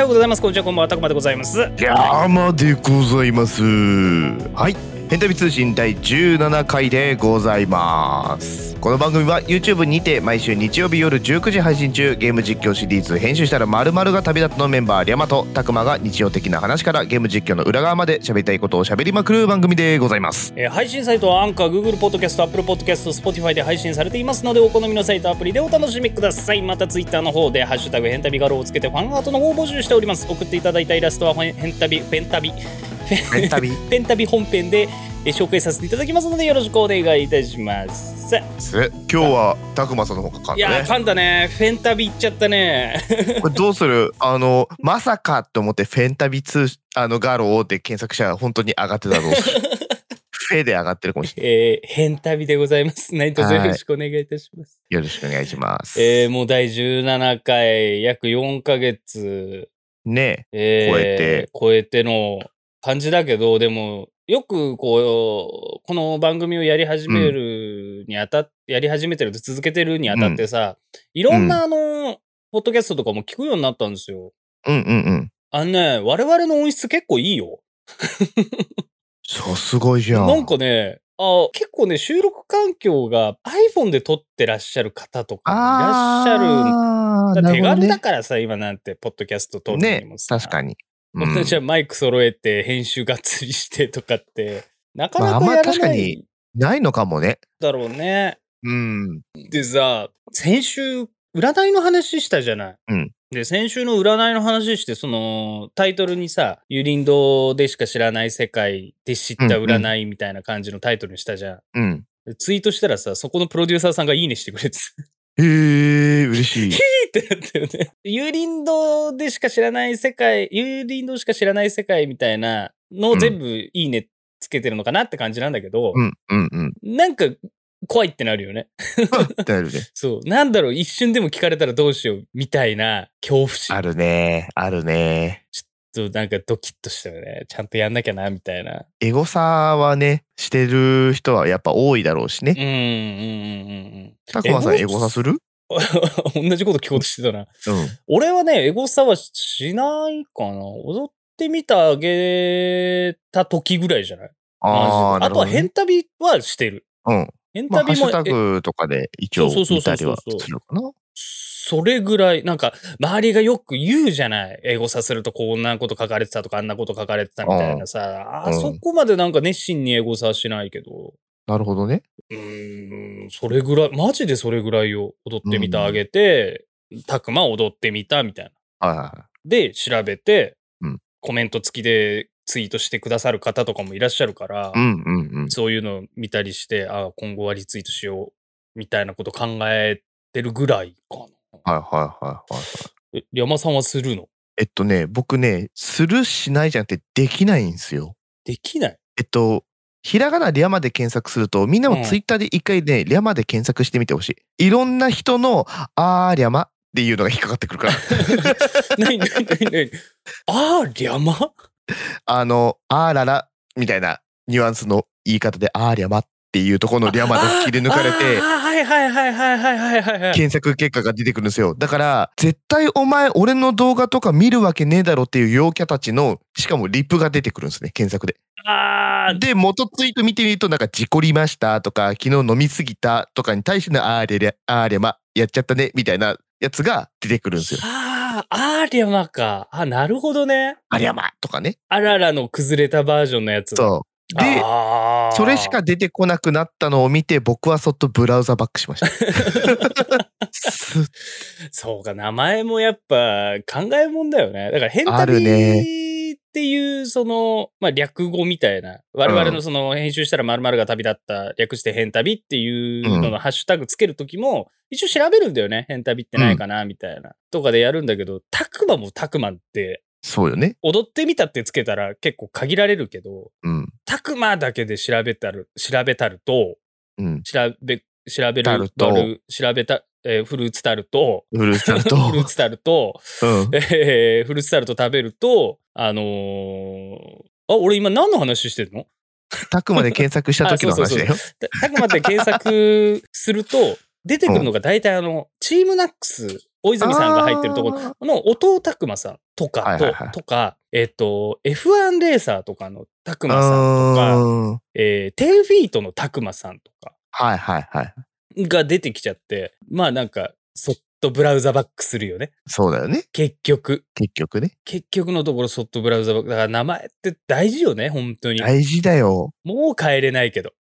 ようございますこんにちはこんばんはたくまでございます山でございますはい変旅通信第17回でございますこの番組は YouTube にて毎週日曜日夜19時配信中ゲーム実況シリーズ編集したら〇〇が旅立つのメンバーリャマとたくまが日常的な話からゲーム実況の裏側まで喋りたいことを喋りまくる番組でございますえー配信サイトはアンカー Google ポッドキャスト Apple ポッドキャスト Spotify で配信されていますのでお好みのサイトアプリでお楽しみくださいまた Twitter の方で「ハッシュタグヘンタビガロー」をつけてファンアートの方を募集しております送っていただいたイラストはヘンヘンタビペンタビ変旅ペンタビ本編でえー紹介させていただきますのでよろしくお願いいたします今日はたくまさんの方がかいやーね噛んだねフェンタビいっちゃったね これどうするあのまさかと思ってフェンタビ通あのガローって検索したら本当に上がって たぞフェで上がってるかもしれないえー、ヘンタビでございます何卒よろしくお願いいたしますよろしくお願いします。えー、もう第17回約4ヶ月ねえー超えて。超えての感じだけど、でも、よくこう、この番組をやり始めるにあたっ、やり始めてると続けてるにあたってさ、いろんなあの、ポッドキャストとかも聞くようになったんですよ。え、うんうんうん。あのね、我々の音質結構いいよ。そう、すごいじゃん。なんかね、あ結構ね、収録環境が iPhone で撮ってらっしゃる方とかもいらっしゃる。あーだから手軽だなるからさ、今なんて、ポッドキャスト撮ほどるねにねも、さ。確かに。うん私はマイク揃えて編集がっつりしてとか ってなかなまああんかまやら確かなにいないのかもね。だろうね。うん。でさ先週占いの話したじゃない。うんで先週の占いの話してそのタイトルにさ「有林堂でしか知らない世界で知った占い」みたいな感じのタイトルにしたじゃん。うん。でツイートしたらさそこのプロデューサーさんが「いいね」してくれてさへえ、嬉しい。ってなったよね。 有林堂でしか知らない世界、有林堂しか知らない世界みたいなのを全部いいねつけてるのかなって感じなんだけど、 うんうんうん。 なんか怖いってなるよね。 あるね。そう。なんだろう、一瞬でも聞かれたらどうしようみたいな恐怖心あるね。あるね。となんかドキッとしたよね。ちゃんとやんなきゃな、みたいな。エゴサはね、してる人はやっぱ多いだろうしうね。ん、うん、うん、たくまさんエエゴゴサするうん。 同じこと聞こうとしてたな。うん。俺はね、エゴサはしないかな。踊ってみたあげた時ぐらいじゃないああ、なあるとほはどね、変旅はしてる。うん。変まあ、ハッ旅シも、ュタえグとかで一応そうそう見そたうりそうはそうするかな。それぐらい、なんか、周りがよく言うじゃない。英語させるとこんなこと書かれてたとか、あんなこと書かれてたみたいなさ。あうんそこまでなんか熱心に英語さはしないけど。なるほどね。うーん、それぐらい、マジでそれぐらいを踊ってみたあげて、たくま踊ってみたみたいな。はいはいはい。で、調べて、うんコメント付きでツイートしてくださる方とかもいらっしゃるから、うんうんうん。そういうのを見たりして、あ今後はリツイートしようみたいなこと考えてるぐらいかな。はいはいはいはい。え、山さんはするのえっとね、僕ね、するしないじゃなくてできないんですよ。できない えっと、ひらがなリアまで検索すると、みんなうんもツイッターで一回ね、リアまで検索してみてほしい。いろんな人の、あーリャマっていうのが引っかかってく るから。何何何何あー、りゃまあの、あーららみたいなニュアンスの言い方で、あーリャマっていうところのリャマで切り抜かれて あ、ーはいはいはいはいはいはいはいはい。検索結果が出てくるんですよ。だから、絶対お前、俺の動画とか見るわけねえだろっていう陽キャたちの、しかもリプが出てくるんですね、検索で。あー、で、元ツイート見てみると、なんか、事故りましたとか、昨日飲みすぎたとかに対しての、あーれりゃ、あーれま、やっちゃったね、みたいなやつが出てくるんですよ。あー、あーりゃまか。あ、なるほどね。ありゃまとかね。あららの崩れたバージョンのやつだ。そう。で、あーそれしか出てこなくなったのを見て、僕はそっとブラウザバックしました。 すそうか、名前もやっぱ考えもんだよね。だから変ある旅ねっていう、その、まあ略語みたいな。我々のその編集したら〇〇が旅だった、略して変旅っていうのうのハッシュタグつけるときも、一応調べるんだよね。変旅ってないかな、みたいな。とかでやるんだけど、たくまもたくまって、そうよね。踊ってみたってつけたら結構限られるけど、うん。たくまだけで調べたる、調べたると、うん。調べ、調べタるルト調べた、えーフルーツタルト、フルーツタル ト。フルーツタルト、うん。えーフルーツタルト食べると、あのーあ、俺今何の話してるのタクまで検索した時の話だよ。たたくまって検索すると、出てくるのが大体あの、チームナックス大泉さんが入ってるとこあろの音尾拓磨さんとはかいと,、はいはいとか、えっ、と、F1 レーサーとかの拓ー磨さんとか、うーんえー、10フィートの拓磨さんとかはいはいはい。が出てきちゃって、まあなんか、そっとブラウザバックするよね。そうだよね。結局。結局ね。結局のところそっとブラウザバック。だから名前って大事よね、本当に。大事だよ。もう変えれないけど。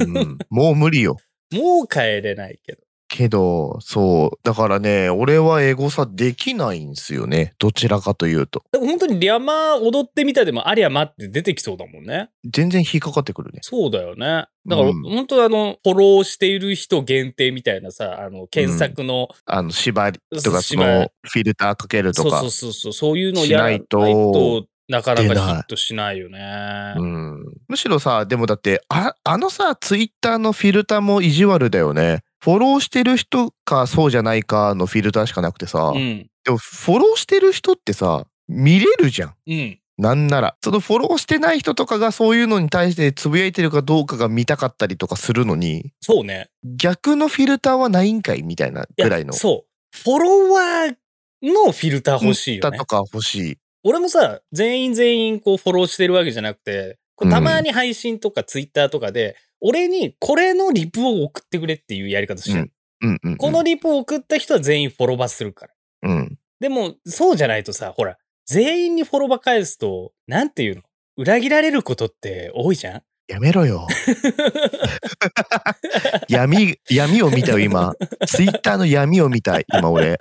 うん、もう無理よ。もう変えれないけど。けど、そう。だからね、俺はエゴサできないんすよね。どちらかというと。でも本当にリャマー踊ってみたでもありゃまって出てきそうだもんね。全然引っかかってくるね。そうだよね。だから、うん本当あの、フォローしている人限定みたいなさ、あの、検索の、あの、縛りとか、そ縛りの、フィルターかけるとそうか。そうそうそう、そういうのやらないしないとと、なかなかヒ出ないットしないよね。うん、むしろさ、でもだって、ああのさ、ツイッターのフィルターも意地悪だよね。フォローしてる人かそうじゃないかのフィルターしかなくてさ、うん。でもフォローしてる人ってさ、見れるじゃん。うん。なんなら。そのフォローしてない人とかがそういうのに対してつぶやいてるかどうかが見たかったりとかするのに、そうね。逆のフィルターはないんかいみたいないやぐらいの。そう。フォロワーのフィルター欲しいよだねと。か欲しい。俺もさ、全員全員こうフォローしてるわけじゃなくて、こううんたまに配信とかツイッターとかで、俺にこれのリプを送ってくれっていうやり方してる。うんうん、うん。このリプを送った人は全員フォロバするから。うん。でも、そうじゃないとさ、ほら、全員にフォロバ返すと、なんていうの裏切られることって多いじゃんやめろよ。 闇、闇を見たよ、今。ツイッターの闇を見たい、今俺。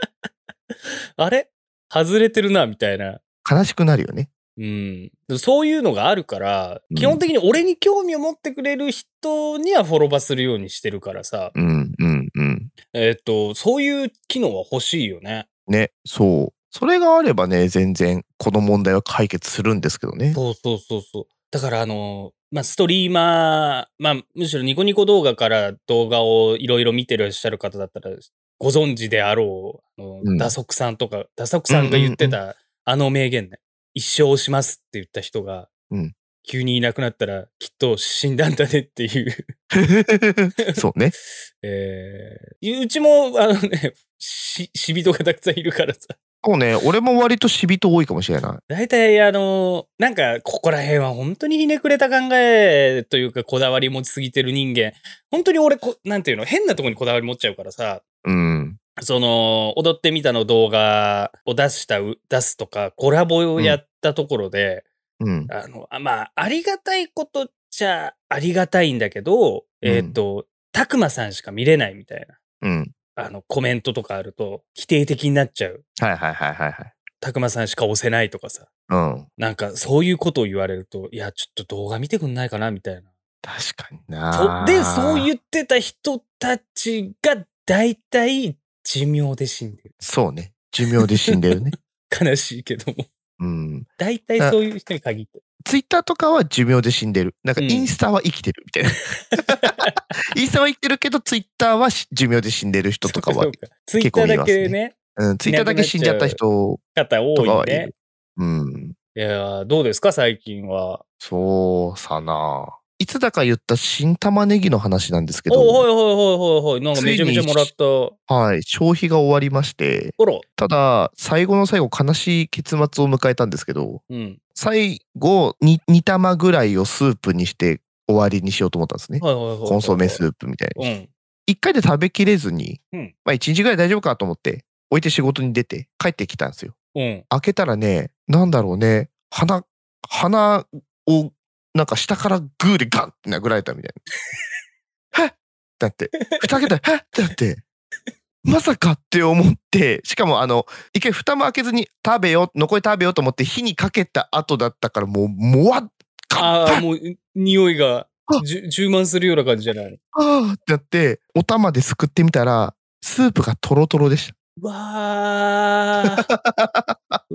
あれ外れてるな、みたいな。悲しくなるよね。うん。そういうのがあるからう、ん基本的に俺に興味を持ってくれる人にはフォロバするようにしてるからさ、うん、うん、うん。えっと、そういう機能は欲しいよね。ね、そう。それがあればね、全然、この問題は解決するんですけどね。そうそうそうそう。だからあの、まあ、ストリーマー、まあ、むしろニコニコ動画から動画をいろいろ見てらっしゃる方だったら、ご存知であろう、あの、うん打足さんとか、打足さんが言ってた、あの名言ね。一生をしますって言った人が、うん急にいなくなったら、きっと死んだんだねっていう、 そうね。えー、うちも、あのね、し、 死人がたくさんいるからさ。そうね、俺も割と死人多いかもしれない。大体、あの、なんか、ここら辺は本当にひねくれた考えというか、こだわり持ちすぎてる人間。本当に俺こ、なんていうの、変なとこにこだわり持っちゃうからさ、うん。その、踊ってみたの動画を出したう、出すとか、コラボをやったところで、うん。あの、あまあ、ありがたいことっちゃありがたいんだけど、えっ、と、たくまさんしか見れないみたいうん。な、あの、コメントとかあると、否定的になっちゃう。はいはいはいはいはい。たくまさんしか押せないとかさ。うん。なんかそういうことを言われると、いや、ちょっと動画見てくんないかなみたい確かにな。な。そで、そう言ってた人たちが大体寿命で死んでる。そうね。寿命で死んで るね。悲しいけども。 うん。大体そういう人に限って。ツイッターとかは寿命で死んでる。なんかうんインスタは生きてる みたいな。インスタは生きてるけど、ツイッターはし寿命で死んでる人とかはそう。かツイッターだけね、うん、ツイッターだけ死んじゃった人方とか多はいいねる。。うん。いやー、どうですか最近は。そうさな。いつだか言った新玉ねぎの話なんですけおおど、いほいほいほいほい。なんかめちゃめちゃもらった。あはい、消費が終わりまして、ら。ただ、最後の最後、悲しい結末を迎えたんですけど、うん。最後に2玉ぐらいをスープにして終わりにしようと思ったんですね。はいはいはいはい。コンソメスープみたいに。うん。 1回で食べきれずに、うんまあ1日ぐらい大丈夫かと思って、置いて仕事に出て帰ってきたんですよ。うん。開けたらね、なんだろうね、鼻、鼻を、なんか下からグーでガンって殴られたみたいな。は っだって、蓋開けたら、はっだって、まさかって思って、しかもあの、一回蓋も開けずに食べよう、残り食べようと思って火にかけた後だったから、もう、もわっ、ガンああ、もう匂いがあじゅ充満するような感じじゃないあーってなって、お玉ですくってみたら、スープがトロトロでした。うわ ー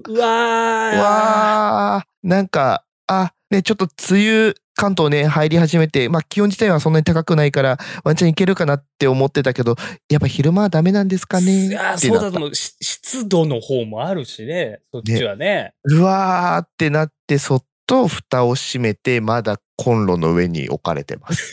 うわーわあ、なんか、あ、ね、ちょっと梅雨、関東ね、入り始めて、まあ気温自体はそんなに高くないから、ワンチャンいけるかなって思ってたけど、やっぱ昼間はダメなんですかねってあなーっそうだた。と思うし湿度の方もあるしねそっちはね うわーってなって、そっと蓋を閉めて、まだコンロの上に置かれてます。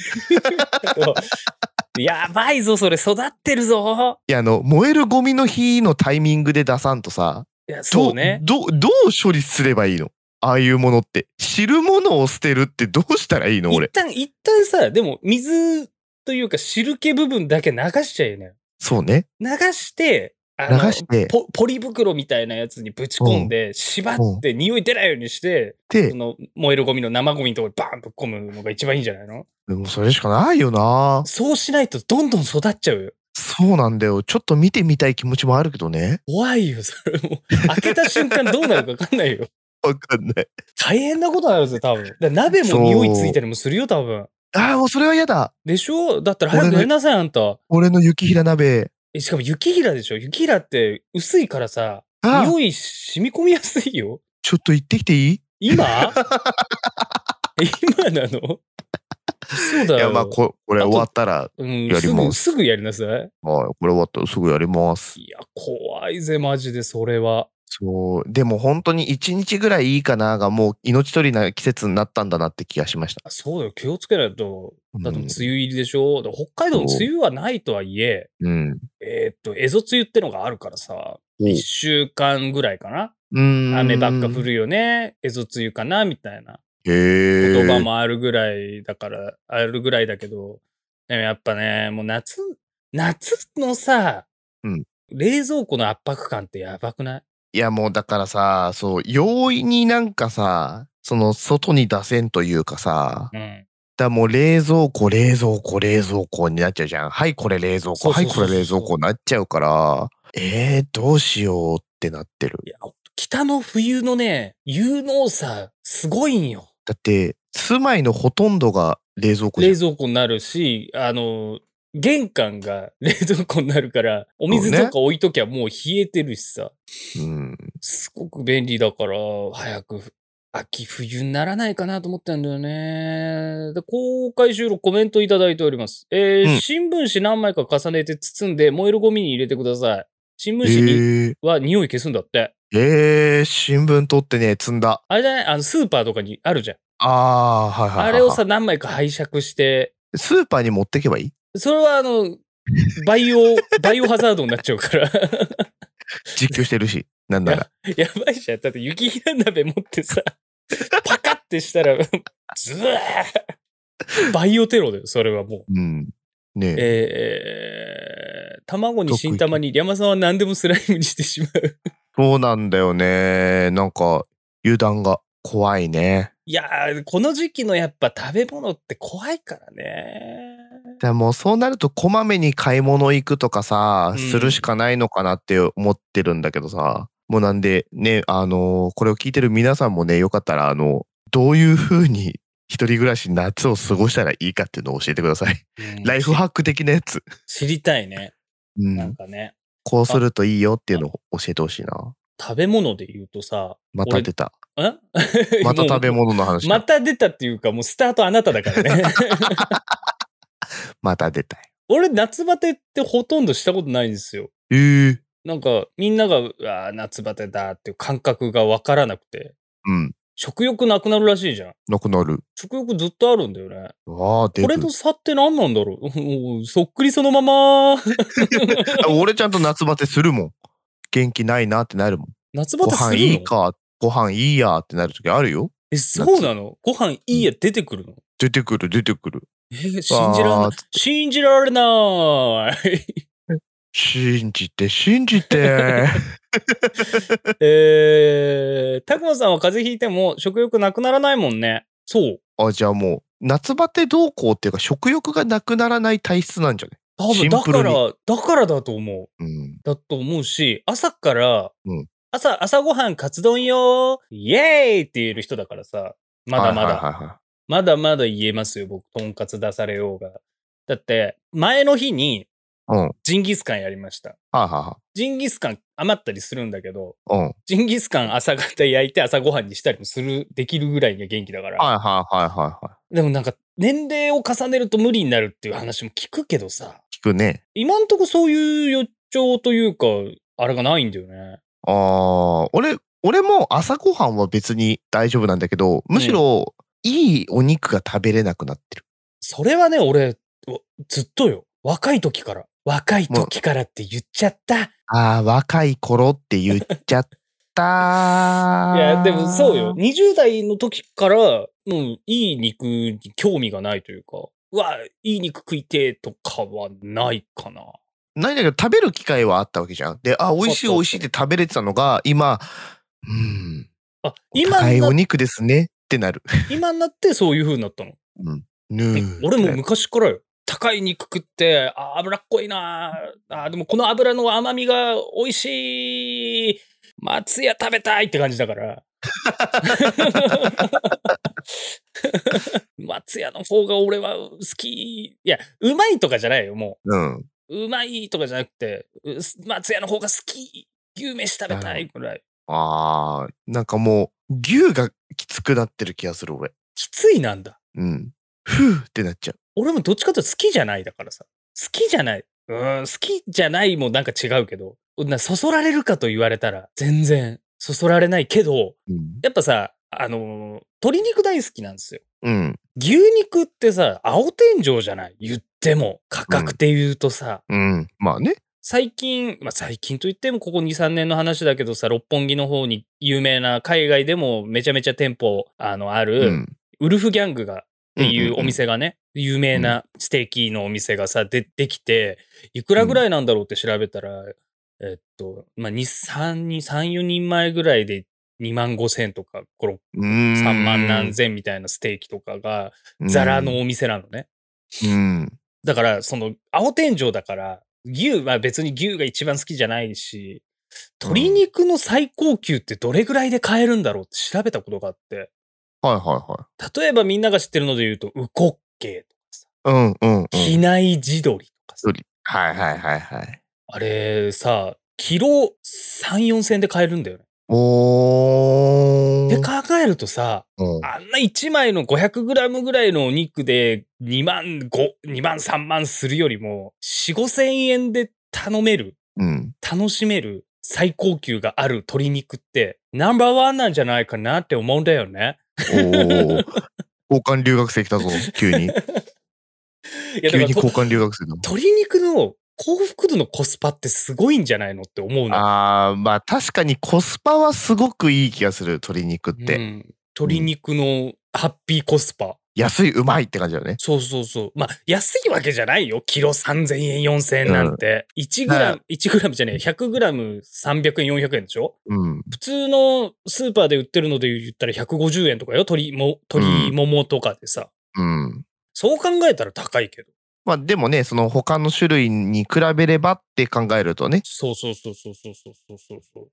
こうやばいぞ、それ、育ってるぞ。いやあの燃えるゴミの日のタイミングで出さんとさいや、どそうね。どどう処理すればいいのああいうものって知るものを捨てるってどうしたらいいの一俺旦、一旦さ、でも、水というか、汁気部分だけ流しちゃえね。そうね流して、あ流のしてポポリ袋みたいなやつにぶち込んで、縛って匂い出ないようにして、でその燃えるゴミの生ゴミのとこにバーンぶっ込むのが一番いいんじゃないのでもそれしかないよなそうしないとどんどん育っちゃうよ。そうなんだよちょっと見てみたい気持ちもあるけどね怖いよ、それもう。開けた瞬間どうなるか分かんないよ。わかんない大変なことになるぞ、多分。だから鍋も匂いついたりもするよ、多分。ああもうそれは嫌だでしょだったら早く俺やねりなさい、あんた。俺の雪平鍋えしかも雪平でしょ雪平って薄いからさ、ああ匂い染み込みやすいよ。ちょっと行ってきていい 今今なのそうだよ。いやまあここれ終わったらうん、やりますぐすぐやりなさい。はいこれ終わったらすぐやりますいや、怖いぜ、マジで、それは。そうでも本当に1日ぐらいいいかながもう命取りな季節になったんだなって気がしました、あそうだよ、気をつけないと。だってう梅ん雨入りでしょ、だから北海道の梅雨はないとはいえ、うんえーっと、蝦夷梅雨ってのがあるからさ、1週間ぐらいかな。雨雨ばっか降るよね、蝦夷梅雨かな、みたいなへ言え葉もあるぐらいだから、あるぐらいだけど、でもやっぱね、もう夏、夏のさ、うん冷蔵庫の圧迫感ってやばくないいやもうだからさそう容易になんかさその外に出せんというかさうん。だからもう冷蔵庫冷蔵庫冷蔵庫になっちゃうじゃんはいこれ冷蔵そ庫うはそういそうこれ冷蔵庫になっちゃうからえー、どうしようってなってるいや、北の冬のね、有能さ、すごいんよ。だって住まいのほとんどが冷蔵庫じゃ冷ん蔵庫になるし、あの、玄関が 冷蔵庫になるから、お水とか置いときゃもう冷えてるしさ、うんすごく便利だから、早く秋冬にならないかなと思ったんだよね。で公開収録コメントいただいております。えーうん新聞紙何枚か重ねて包んで燃えるゴミに入れてください。新聞え紙にー、は匂い消すんだって。えー、新聞取ってね積んだあれじゃないあの、スーパーとかにあるじゃん。あーはいはいはい、はい、あれをさ、何枚か拝借して、スーパーに持ってけばいいそれはあの、バイオ、 バイオハザードになっちゃうから。 実況してるしなんならやばいじゃん。だって雪平鍋持ってさ、パカってしたら、ズワーバイオテロだよ、それはもう。うんねええー、卵に新玉に、リャマさんは何でもスライムにしてしまう。 そうなんだよね。なんか、油断が怖いね。いやー、この時期のやっぱ食べ物って怖いからね。でもそうなると、こまめに買い物行くとかさ、うんするしかないのかなって思ってるんだけどさ。もうなんで、ね、あのーこれを聞いてる皆さんもね、よかったら、あの、どういう風に一人暮らし夏を過ごしたらいいかっていうのを教えてください。ライフハック的なやつ。知りたいね。うなんん。かね。こうするといいよっていうのを教えてほしいな。食べ物で言うとさ、また出た。ん また食べもう物の話だ。また出たっていうか、もうスタートあなただから ね。また出たよ。俺、夏バテってほとんどしたことないんですよ。えー、なんか、みんなが、うわー夏バテだっていう感覚がわからなくて、うん。食欲なくなるらしいじゃん。なくなる。食欲ずっとあるんだよね。ああ、出これる。の差って何なんだろうもうそっくりそのまま。 あ俺ちゃんと夏バテするもん。元気ないなってなるもん。夏バごテする飯のいいか、ご飯いいやってなる時あるよ。え、そうなのご飯いいや出てくるの出てくる、出てくる。えー信じられないあー。信じられない。信じて、信 じて。えー、たくまさんは風邪ひいても食欲なくならないもんね。そう。あ、じゃあもう、夏バテ動向っていうか、食欲がなくならない体質なんじゃね多シ分ンだプかルにら、だからだと思う。うん。だと思うし、朝から、うん朝、朝ごはんカツ丼よイエーイって言える人だからさ、まだまだ、はいはいはいはいまだまだ言えますよ、僕、とんかつ出されようが。だって、前の日にうん。はいジンギスカンやりました。はジンギスカン余ったりするんだけど、いはい。うん。はいジンギスカン朝方焼いて朝ごはんにしたりもする、できるぐらいには元気だから。はいはいはいはでもなんか、年齢を重ねると無理になるっていう話も聞くけどさ、い。聞くね。今んとこそういう予兆というか、あれがないんだよね。ああ、俺、俺も朝ごはんは別に大丈夫なんだけど、むしろ、いいお肉が食べれなくなってる。それはね、俺、うわずっとよ。若い時から。若い時からって言っちゃった。ああ、若い頃って言っちゃった。 いや、でもそうよ。。20代の時から、もういい肉に興味がないというか、うわ、いい肉食いてえとかはないかな。ないんだけど、食べる機会はあったわけじゃん。で、あ、美味しいそうそうそう美味しいって食べれてたのが、今、うん、あ、今今高いおな、肉ですねってなる。今になってそういう風になったの。ぬでー俺もってなる昔からよ。高い肉食って、あー、脂っこいなーあー、でもこの脂の甘みが美味しい。松屋食べたいって感じだから。松屋の方が俺は好き。いや、うまいとかじゃないよ、もうん。う。うまいとかじゃなくて、う松屋の方が好き。牛飯食べたいぐらい。ああ、なんかもう、牛がきつくなってる気がする、俺。きついなんだ。うん。ふうってなっちゃう。俺もどっちかというと好きじゃないだからさ。好きじゃない。うーん、好きじゃないもなんか違うけど。なそそられるかと言われたら、全然、そそられないけど、うん。やっぱさ、あのー鶏肉大好きなんですよ。うん。牛肉ってさ、青天井じゃない言っても、価格で言うとさ、うん。まあね。最近、まあ最近といってもここ2、3年の話だけどさ、六本木の方に有名な海外でもめちゃめちゃ店舗あのある、ん。ウルフギャングがっていんんうおん。店がね、有名なステーキのお店がさ、で、できて、いくらぐらいなんだろうって調べたら、えっと、まあ、2、3人、3、4人前ぐらいで2万5千とか、5、うーん3万何千みたいなステーキとかが、ザラ。のお店なのね。うん。だから、その、青天井だから、牛は別に牛が一番好きじゃないし、鶏肉の最高級ってどれぐらいで買えるんだろうって調べたことがあって、はいは例えばみんなが知ってるので言うと、ウコッケイとかさ、いはい。うんうんうん。機内地鶏とかさ、はいはいはいはい。あれさ、キロ3、4千で買えるんだよね。おってー。考えるとさ、うんあんな1枚の500グラムぐらいのお肉で2万5、2万3万するよりも、4、5千円で頼める、うん。楽しめる最高級がある鶏肉って、ナンバーワンなんじゃないかなって思うんだよね。おー。交換留学生来 たぞ、急に。いや、だ急かにらと交換留学生だもん。鶏肉の幸福度のコスパってすごいんじゃないのって思うの。あー、まあ確かにコスパはすごくいい気がする、鶏肉っうんて。鶏肉のハッピーコスパ。安い、うまいって感じだよね。そうそうそう。まあ、安いわけじゃないよ。キロ3000円、4000円なんて。1グラム、1グラムじゃねえ、100グラム300円、400円でしょうん。普通のスーパーで売ってるので言ったら150円とかよ。鶏も、鶏ももとかでさ。うん。そう考えたら高いけど。まあでもね、その他の種類に比べればって考えるとね。そうそうそうそうそうそうそうそうそう。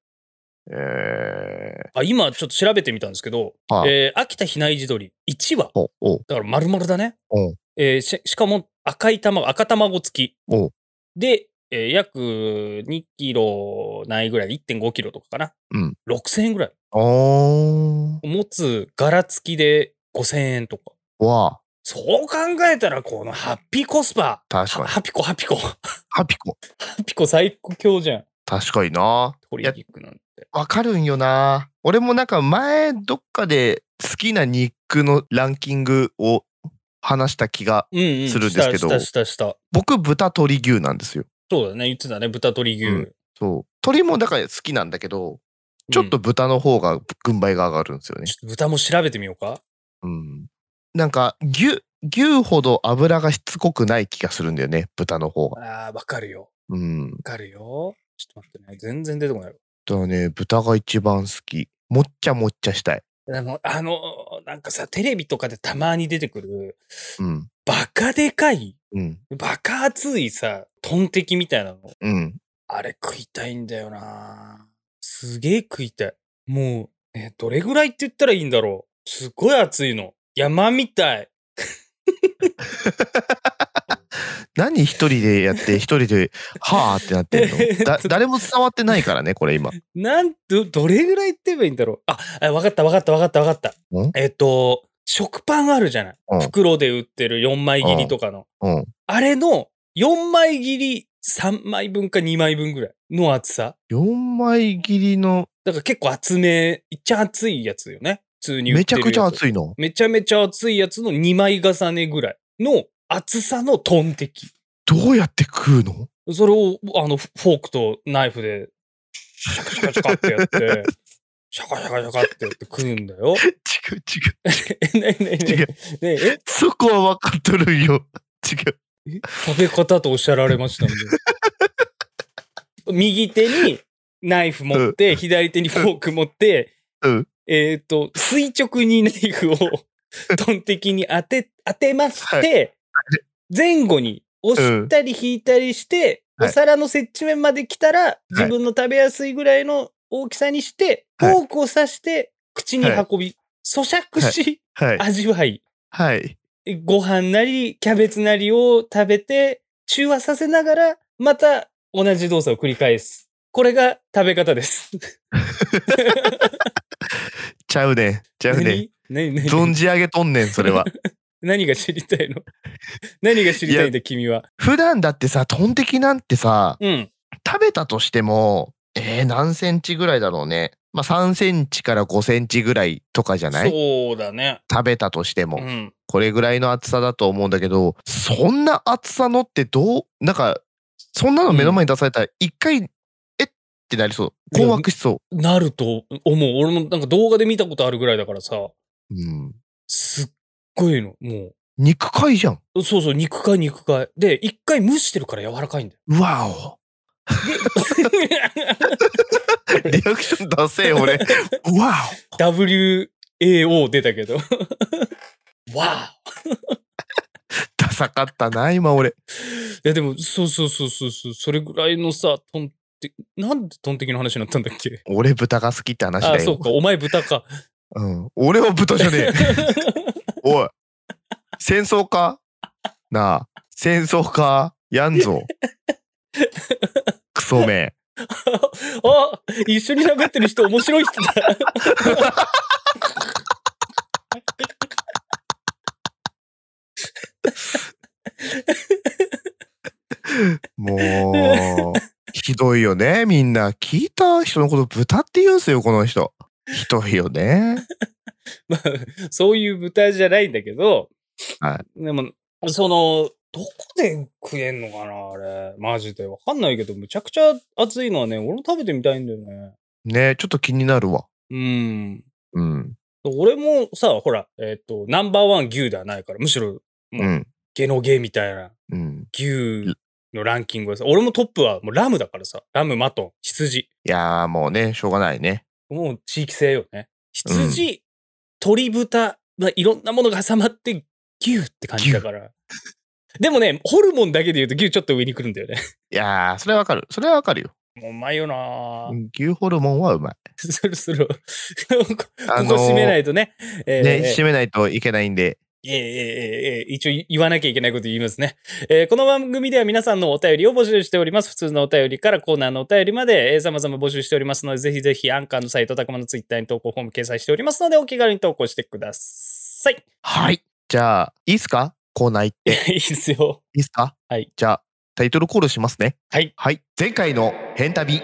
えー、あ、今ちょっと調べてみたんですけど、はいえー秋田比内地鶏1羽。お、お、だから丸々だね。うんえーししかも赤い卵、赤卵付きお。で、えー約2キロないぐらい、1.5キロとかかな。うん6000円ぐらい。お持つ柄付きで5000円とか。ー。わそう考えたら、このハッピーコスパ。あ、確かは に。ハピコ、ハピコ。ハハピコ。ピコ最強じゃん。確かにな。鶏肉なんて。わかるんよな。俺もなんか前どっかで好きな肉のランキングを話した気が、うんうん。するんですけどしたしたしたした。僕豚鶏牛なんですよ。そうだね。言ってたね。豚鶏牛。うんそう。鶏もだから好きなんだけど、ちょっと豚の方が軍配が上がるんですようん、ねち。ょっと豚も調べてみようか。うん。なんか牛、牛ほど脂がしつこくない気がするんだよね、豚の方が。ああ、わかるよ。うん。わかるよ。ちょっと待ってね。全然出てこない。だからね、豚が一番好き。もっちゃもっちゃしたい。あの、あの、なんかさ、テレビとかでたまに出てくる、うん。バカでかい、うん。バカ熱いさ、トンテキみたいなの。うん。あれ食いたいんだよなすげえ食いたい。もう、ね、どれぐらいって言ったらいいんだろう。すごい熱いの。山みたい。何一人でやって、一人で、はぁってなってん のだ誰も伝わってないからね、これ今。なん、ど、どれぐらいって言えばいいんだろう。あ、あわかったわかったわかったわかったん。えっと、食パンあるじゃない。うん袋で売ってる4枚切りとかの。うん。あれの4枚切り3枚分か2枚分ぐらいの厚さ。 4枚切りの、だから結構厚め、いっちゃ厚いやつよね。普通に売っめちてゃるやつ。くちゃ熱いの。めちゃめちゃ厚いやつの2枚重ねぐらいの厚さのトンテキ。どうやって食うのそれを、あの、フォークとナイフで、シャカシャカシャカってや って、シャカシャカシャカってやって食うんだよ。違う違うえ、ねえねえね 違うえねえ、えそこは分かっとるんよ違う食べ方とおっしゃられましたんで。右手にナイフ持って、左手にフォーク持って、うんえっ、と、垂直にナイフをトンテキに当て、当てまして、前後に押したり引いたりして、はおい皿の接地面まで来たら、自分の食べやすいぐらいの大きさにして、はいフォークを刺して、口に運び、咀嚼し、はい味わい。はいご飯なり、キャベツなりを食べて、中和させながら、また同じ動作を繰り返す。これが食べ方です。ちゃうねちゃうね何 何何存じ上げとんねんそれ は何が知りたいの 何が知りたいんだ、君は。普段だってさトンテキなんてさうん。食べたとしてもえー、何センチぐらいだろうねまあ3センチから5センチぐらいとかじゃないそうだね。食べたとしても、うん。これぐらいの厚さだと思うんだけどそんな厚さのってどうなんかそんなの目の前に出されたら一回、えってなりそういや困惑しそなると思う。俺もなんか動画で見たことあるぐらいだからさ、う、うん、すっごいの。も肉塊じゃんう。そうそう、肉か肉か。で、一回蒸してるから柔らかい んだよ。 わおリアクション出せよ 俺わ WAO 出た けど。わあ。おダサかったな今俺いやでも、そうそうそうそうそう、それぐらいのさ、トンテなんでトンテキの話になったんだっけ俺豚が好きって話だあよそうか、お前豚か。うん、俺は豚じ ゃねえおい戦争かなあ戦争かや んぞクソめあ一緒に喋ってる人面白い人だ。 もう、ひどいよね、みんな。聞いた人のこと豚って言うんすよ、この人。ひどいよね。まあ、そういう豚じゃないんだけど、はでも、その、どこで食えんのかな、あれ。マジで。わかんないけど、むちゃくちゃ熱いのはね、俺も食べてみたいんだよね。ねちょっと気になるわ。うん。うん。俺もさ、ほら、えっ、と、ナンバーワン牛ではないから、むしろうん。ゲノゲみたいなうん。牛のランキングはさ、俺もトップはもうラムだからさ、ラム、マトン、羊。いやー、もうね、しょうがないね。もう地域性よね。羊、鶏豚、まあ、いろんなものが挟まって牛って感じだから。でもね、ホルモンだけで言うと牛ちょっと上に来るんだよね。いやー、それはわかる。それはわかるよ。 もううまいよなぁ、うん牛ホルモンはうまい。 そろそろ、 こあこのー閉めないとね。えーね、締めないといけないんで。ええええええ一応言わなきゃいけないこと言いますね、えーこの番組では皆さんのお便りを募集しております。普通のお便りからコーナーのお便りまで、えー、様々募集しておりますので、ぜひぜひアンカーのサイト、たくまのツイッターに投稿フォーム掲載しておりますので、お気軽に投稿してください。 はい。じゃあ、いいっすかコーナー行って。いいですよ。いいっすかはい。じゃあ、タイトルコールしますね。はい。はい。前回の変旅。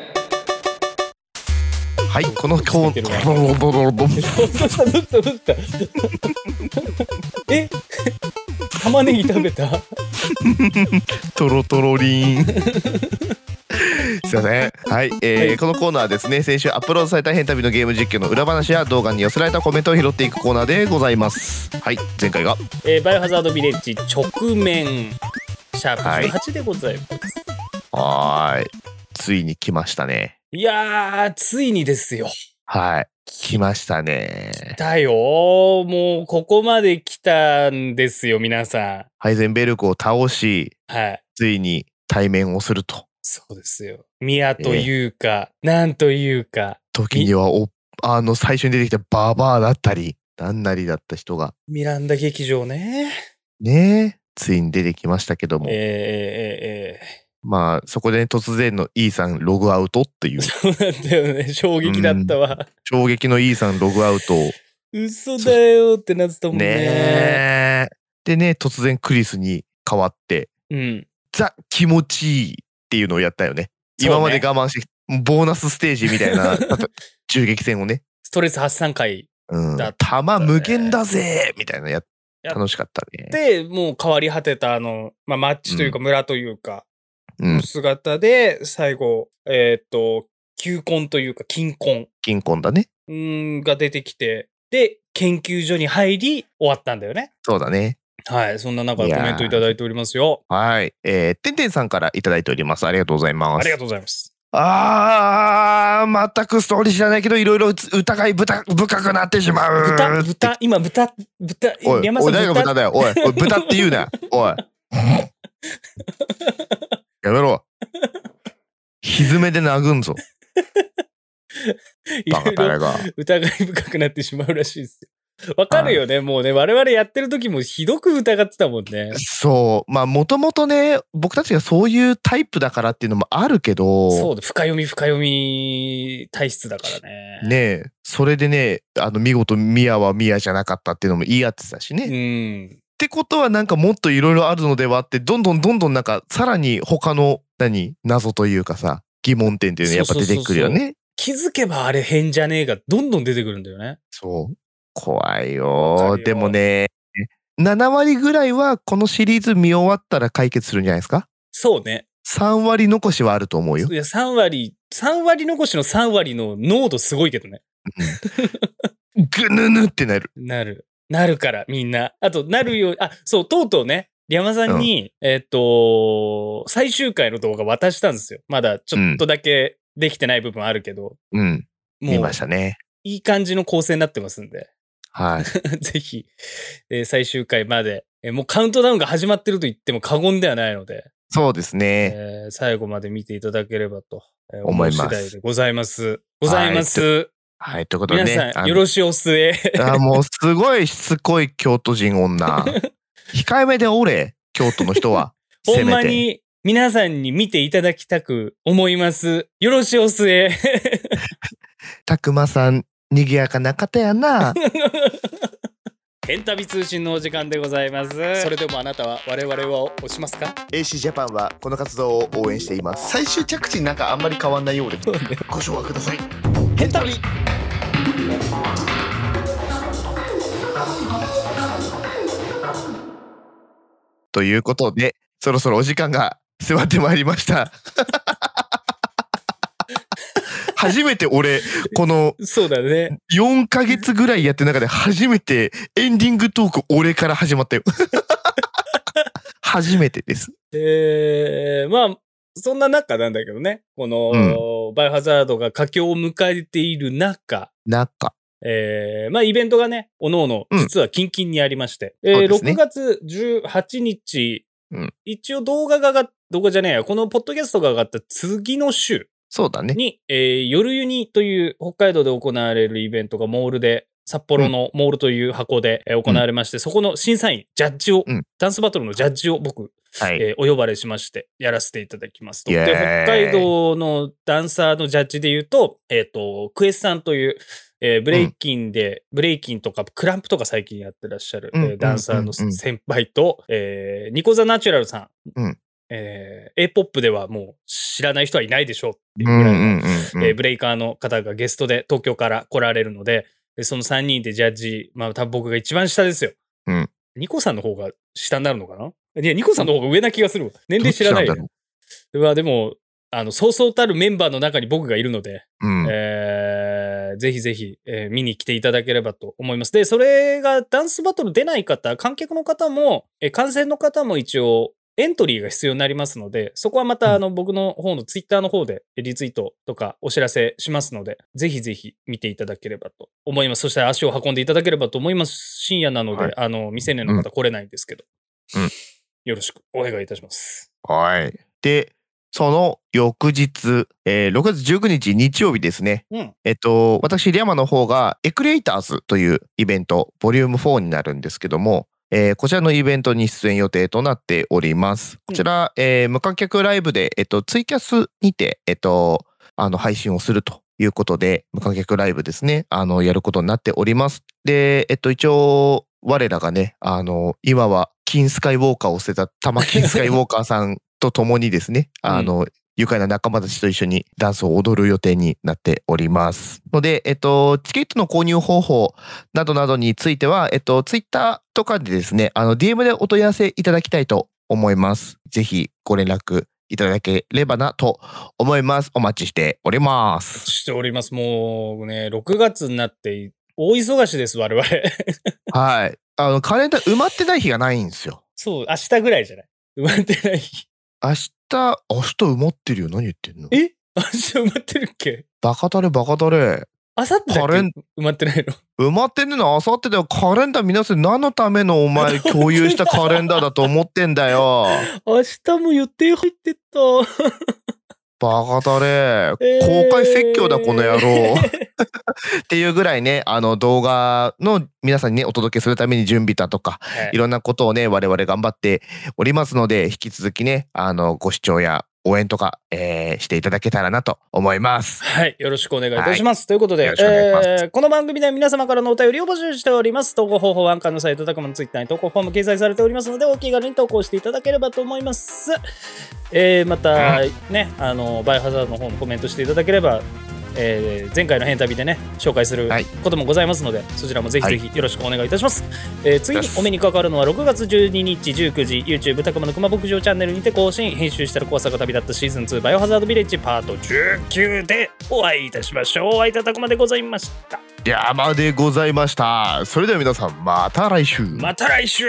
はい、このコついてーるナわー。どうしたどうしたど うしたえ玉ねぎ食べたトロトロリン。 すいませんはい、えーはいこのコーナーはですね先週アップロードされた変旅のゲーム実況の裏話や動画に寄せられたコメントを拾っていくコーナーでございますはい前回がえーバイオハザードビレッジ直面、シャープはい18でございます。はーいついに来ましたねい、やー、ついにですよ。はい来ましたねだよーもうここまで来たんですよ皆さハイゼンベルクを倒しんはいついに対面をするとそうですよ宮というか、なんというか時にはおあの最初に出てきたババアだったり何なりだった人がミランダ劇場ねねついに出てきましたけどえーも、えまあそこで突然の E さんログアウトっ ていうー、えー、えーそうなんだよね衝撃だったわ、衝撃の E さんログアウトを嘘だよってなってたもんねねえでね突然クリスに変わってうん「ザ気持ちいい」っていうのをやったよねそうね今まで我慢してもうボーナスステージみた いな銃撃戦をねストレス発散会「うんだっ弾無限だぜ!」みたいなやっやっ楽しかったね。で、もう変わり果てたあの、まあ、マッチというか村というか、うん、姿で、最後、えーっと、球根というか、金婚金婚だね。うーんが出てきて、で、研究所に入り、終わったんだよね。そうだね。はい、そんな中コいやーメントいただいておりますよ。はい。えー、てんてんさんからいただいております。ありがとうございます。ありがとうございます。あー、全くストーリー知らないけど、いろいろ疑い豚深くなってしまう。豚、豚、今豚、豚、おい、山さおい、ん誰が豚だよ。おい、おい豚って言うな。おい。 やめろ。ひずめで殴んぞ。いバろカいろ誰が。疑い深くなってしまうらしいですよ。わかるよね、もうね、我々やってる時もひどく疑ってたもんね。そう。まあ、もともとね、僕たちがそういうタイプだからっていうのもあるけど、そうだ、深読み深読み体質だからね。ねえ、それでね、あの、見事、ミヤはミヤじゃなかったっていうのも言い合ってたしね。っうん。てことは、なんかもっといろいろあるのではって、どんどんどんどんなんか、さらに他の、何、謎というかさ、疑問点っていうのやっぱ出てくるよそうそうそうね。気づけばあれ変じゃねえが、どんどん出てくるんだよね。そう。怖いわかよるよでもね、7割ぐらいはこのシリーズ見終わったら解決するんじゃないですかそうね。 ?3 割残しはあると思うよい。や、3割、三割残しの3割の濃度すごいけどね。ぐぬぬってなる。なる。なるから、みんな。あと、なるよう、あ、そう、とうとうね、リャマさんに、えっと、最終回の動画渡したんですよ。まだちょっとだけできてない部分あるけど、うん。見もうま、したね。いい感じの構成になってますんで、 はい。ぜひ、えー最終回まで、えーもうカウントダウンが始まってると言っても過言ではないので、そうで すね。えー最後まで見ていただければと、えー思います思う次第でございます。ございます。はい。ということで皆ね。さん、よしろしおすえ。あもうすごいしつこい京都人 女。控えめでおれ、京都の人は。ほせんまめて。に皆さんに見ていただきたく思います。よろしおす え。たくまさん、賑やかな方 やな。エンタビ通信のお時間でございます。それでもあなたは我々を押しますか AC ジャパンはこの活動を応援しています。最終着地なんかあんまり変わんないようでご唱和くださいエンタビということで、そろそろお時間が迫ってまいりま した。初めて俺、このそうだね。 4ヶ月ぐらいやってる中で初めてエンディングトーク俺から始まったよ。 初めてです。えー、まあ、そんな中なんだけどね。この、バイオハザードが佳境を迎えている中、なんか、えー、まあイベントがね、おのおの、うん実は近々にありまして、えそうー、ですね6月18日、うん一応動画が上がっ動画じゃねえや、このポッドキャストが上がった次の週そうだね。に、えー、夜ユニという北海道で行われるイベントがモールで、札幌のモールという箱でえー行われまして、そこの審査員、ジャッジを、うんダンスバトルのジャッジを僕、はい。えーお呼ばれしまして、やらせていただきますと。イエで、ー北イ海道のダンサーのジャッジで言うと、えっ、と、クエスさんという、えーブレイキンで、ブレイキンとかクランプとか最近やってらっしゃる、うんえーダンサーのうんうん先輩と、えーニコザナチュラルさん、うんえー、A-POP ではもう知らない人はいないでしょうっていううんぐうらいの、んうんうえーん。ブレイカーの方がゲストで東京から来られるので、でその3人でジャッジ、まあ多分僕が一番下ですよ。うんニコさんの方が下になるのかないや、ニコさんの方が上な気がするわ。年どっ齢知ちらななんいだよ。ろまあでも、あの、そうそうたるメンバーの中に僕がいるので、う。うん。えーぜひぜひ、えー見に来ていただければと思います。で、それがダンスバトル出ない方、観客の方も、えー観戦の方も一応、エントリーが必要になりますので、そこはまうんた、あの、僕の方のツイッターの方で、えリツイートとかお知らせしますので、ぜひぜひ見ていただければと思います。そして足を運んでいただければと思います。深夜なので、はいあの、未成年の方来れないんですけど、うんよろしくお願いいたします。はい。で、その翌日、えー6月19日日曜日ですね。うんえっと、私、リャマの方が、エクリエイターズというイベント、ボリューム4になるんですけども、えーこちらのイベントに出演予定となっております。こちら、えー無観客ライブで、えっと、ツイキャスにて、えっと、あの、配信をするということで、無観客ライブですね、あの、やることになっております。で、えっと、一応、我らがね、あの、今は、金スカイウォーカーを捨てた、玉金スカイウォーカーさんと共にですね、あの、愉快な仲間たちと一緒にダンスを踊る予定になっております。ので、えっと、チケットの購入方法などなどについては、えっと、ツイッターとかでですね、あの、DM でお問い合わせいただきたいと思います。ぜひご連絡いただければなと思います。お待ちしております。しております。もうね、6月になって、大忙しです、我々。 はい。あの、カレンダー埋まってない日がないんですよ。そう、明日ぐらいじゃない埋まってない日。明日、明日埋まってるよ。何言ってんのえ明日埋まってるっけバカだれ、バカだれ。明後日だっカレンけ埋まってないの埋まってんの明後日だよ。カレンダー皆さん何のためのお前共有したカレンダーだと思ってん だよ。明日も予定入ってった。バカだれ。えー公開説教だこの野郎っていうぐらいね、あの動画の皆さんにね、お届けするために準備だとか、はいいろんなことをね、我々頑張っておりますので、引き続きね、あの、ご視聴や応援とか、えーしていただけたらなと思います。はい。よろしくお願いいたします。ということでよろしくお願いしますえーこの番組では皆様からのお便りを募集しております。投稿方法はアンカーのサイト、タクマのツイッターに投稿フォーム掲載されておりますので、お気軽に投稿していただければと思います。えーまた、ね、あの、バイオハザードの方もコメントしていただければ、えー前回の変旅でね、紹介するはいこともございますので、そちらもぜひぜひよろしくお願いいたします。えー次にですお目にかかるのは6月12日19時 YouTube たくまの熊牧場チャンネルにて更新編集したら怖さが旅立ったシーズン2バイオハザードビレッジパート19でお会いいたしましょうお会いいたたくまでございました山でございました。それでは皆さん、また来週。また来週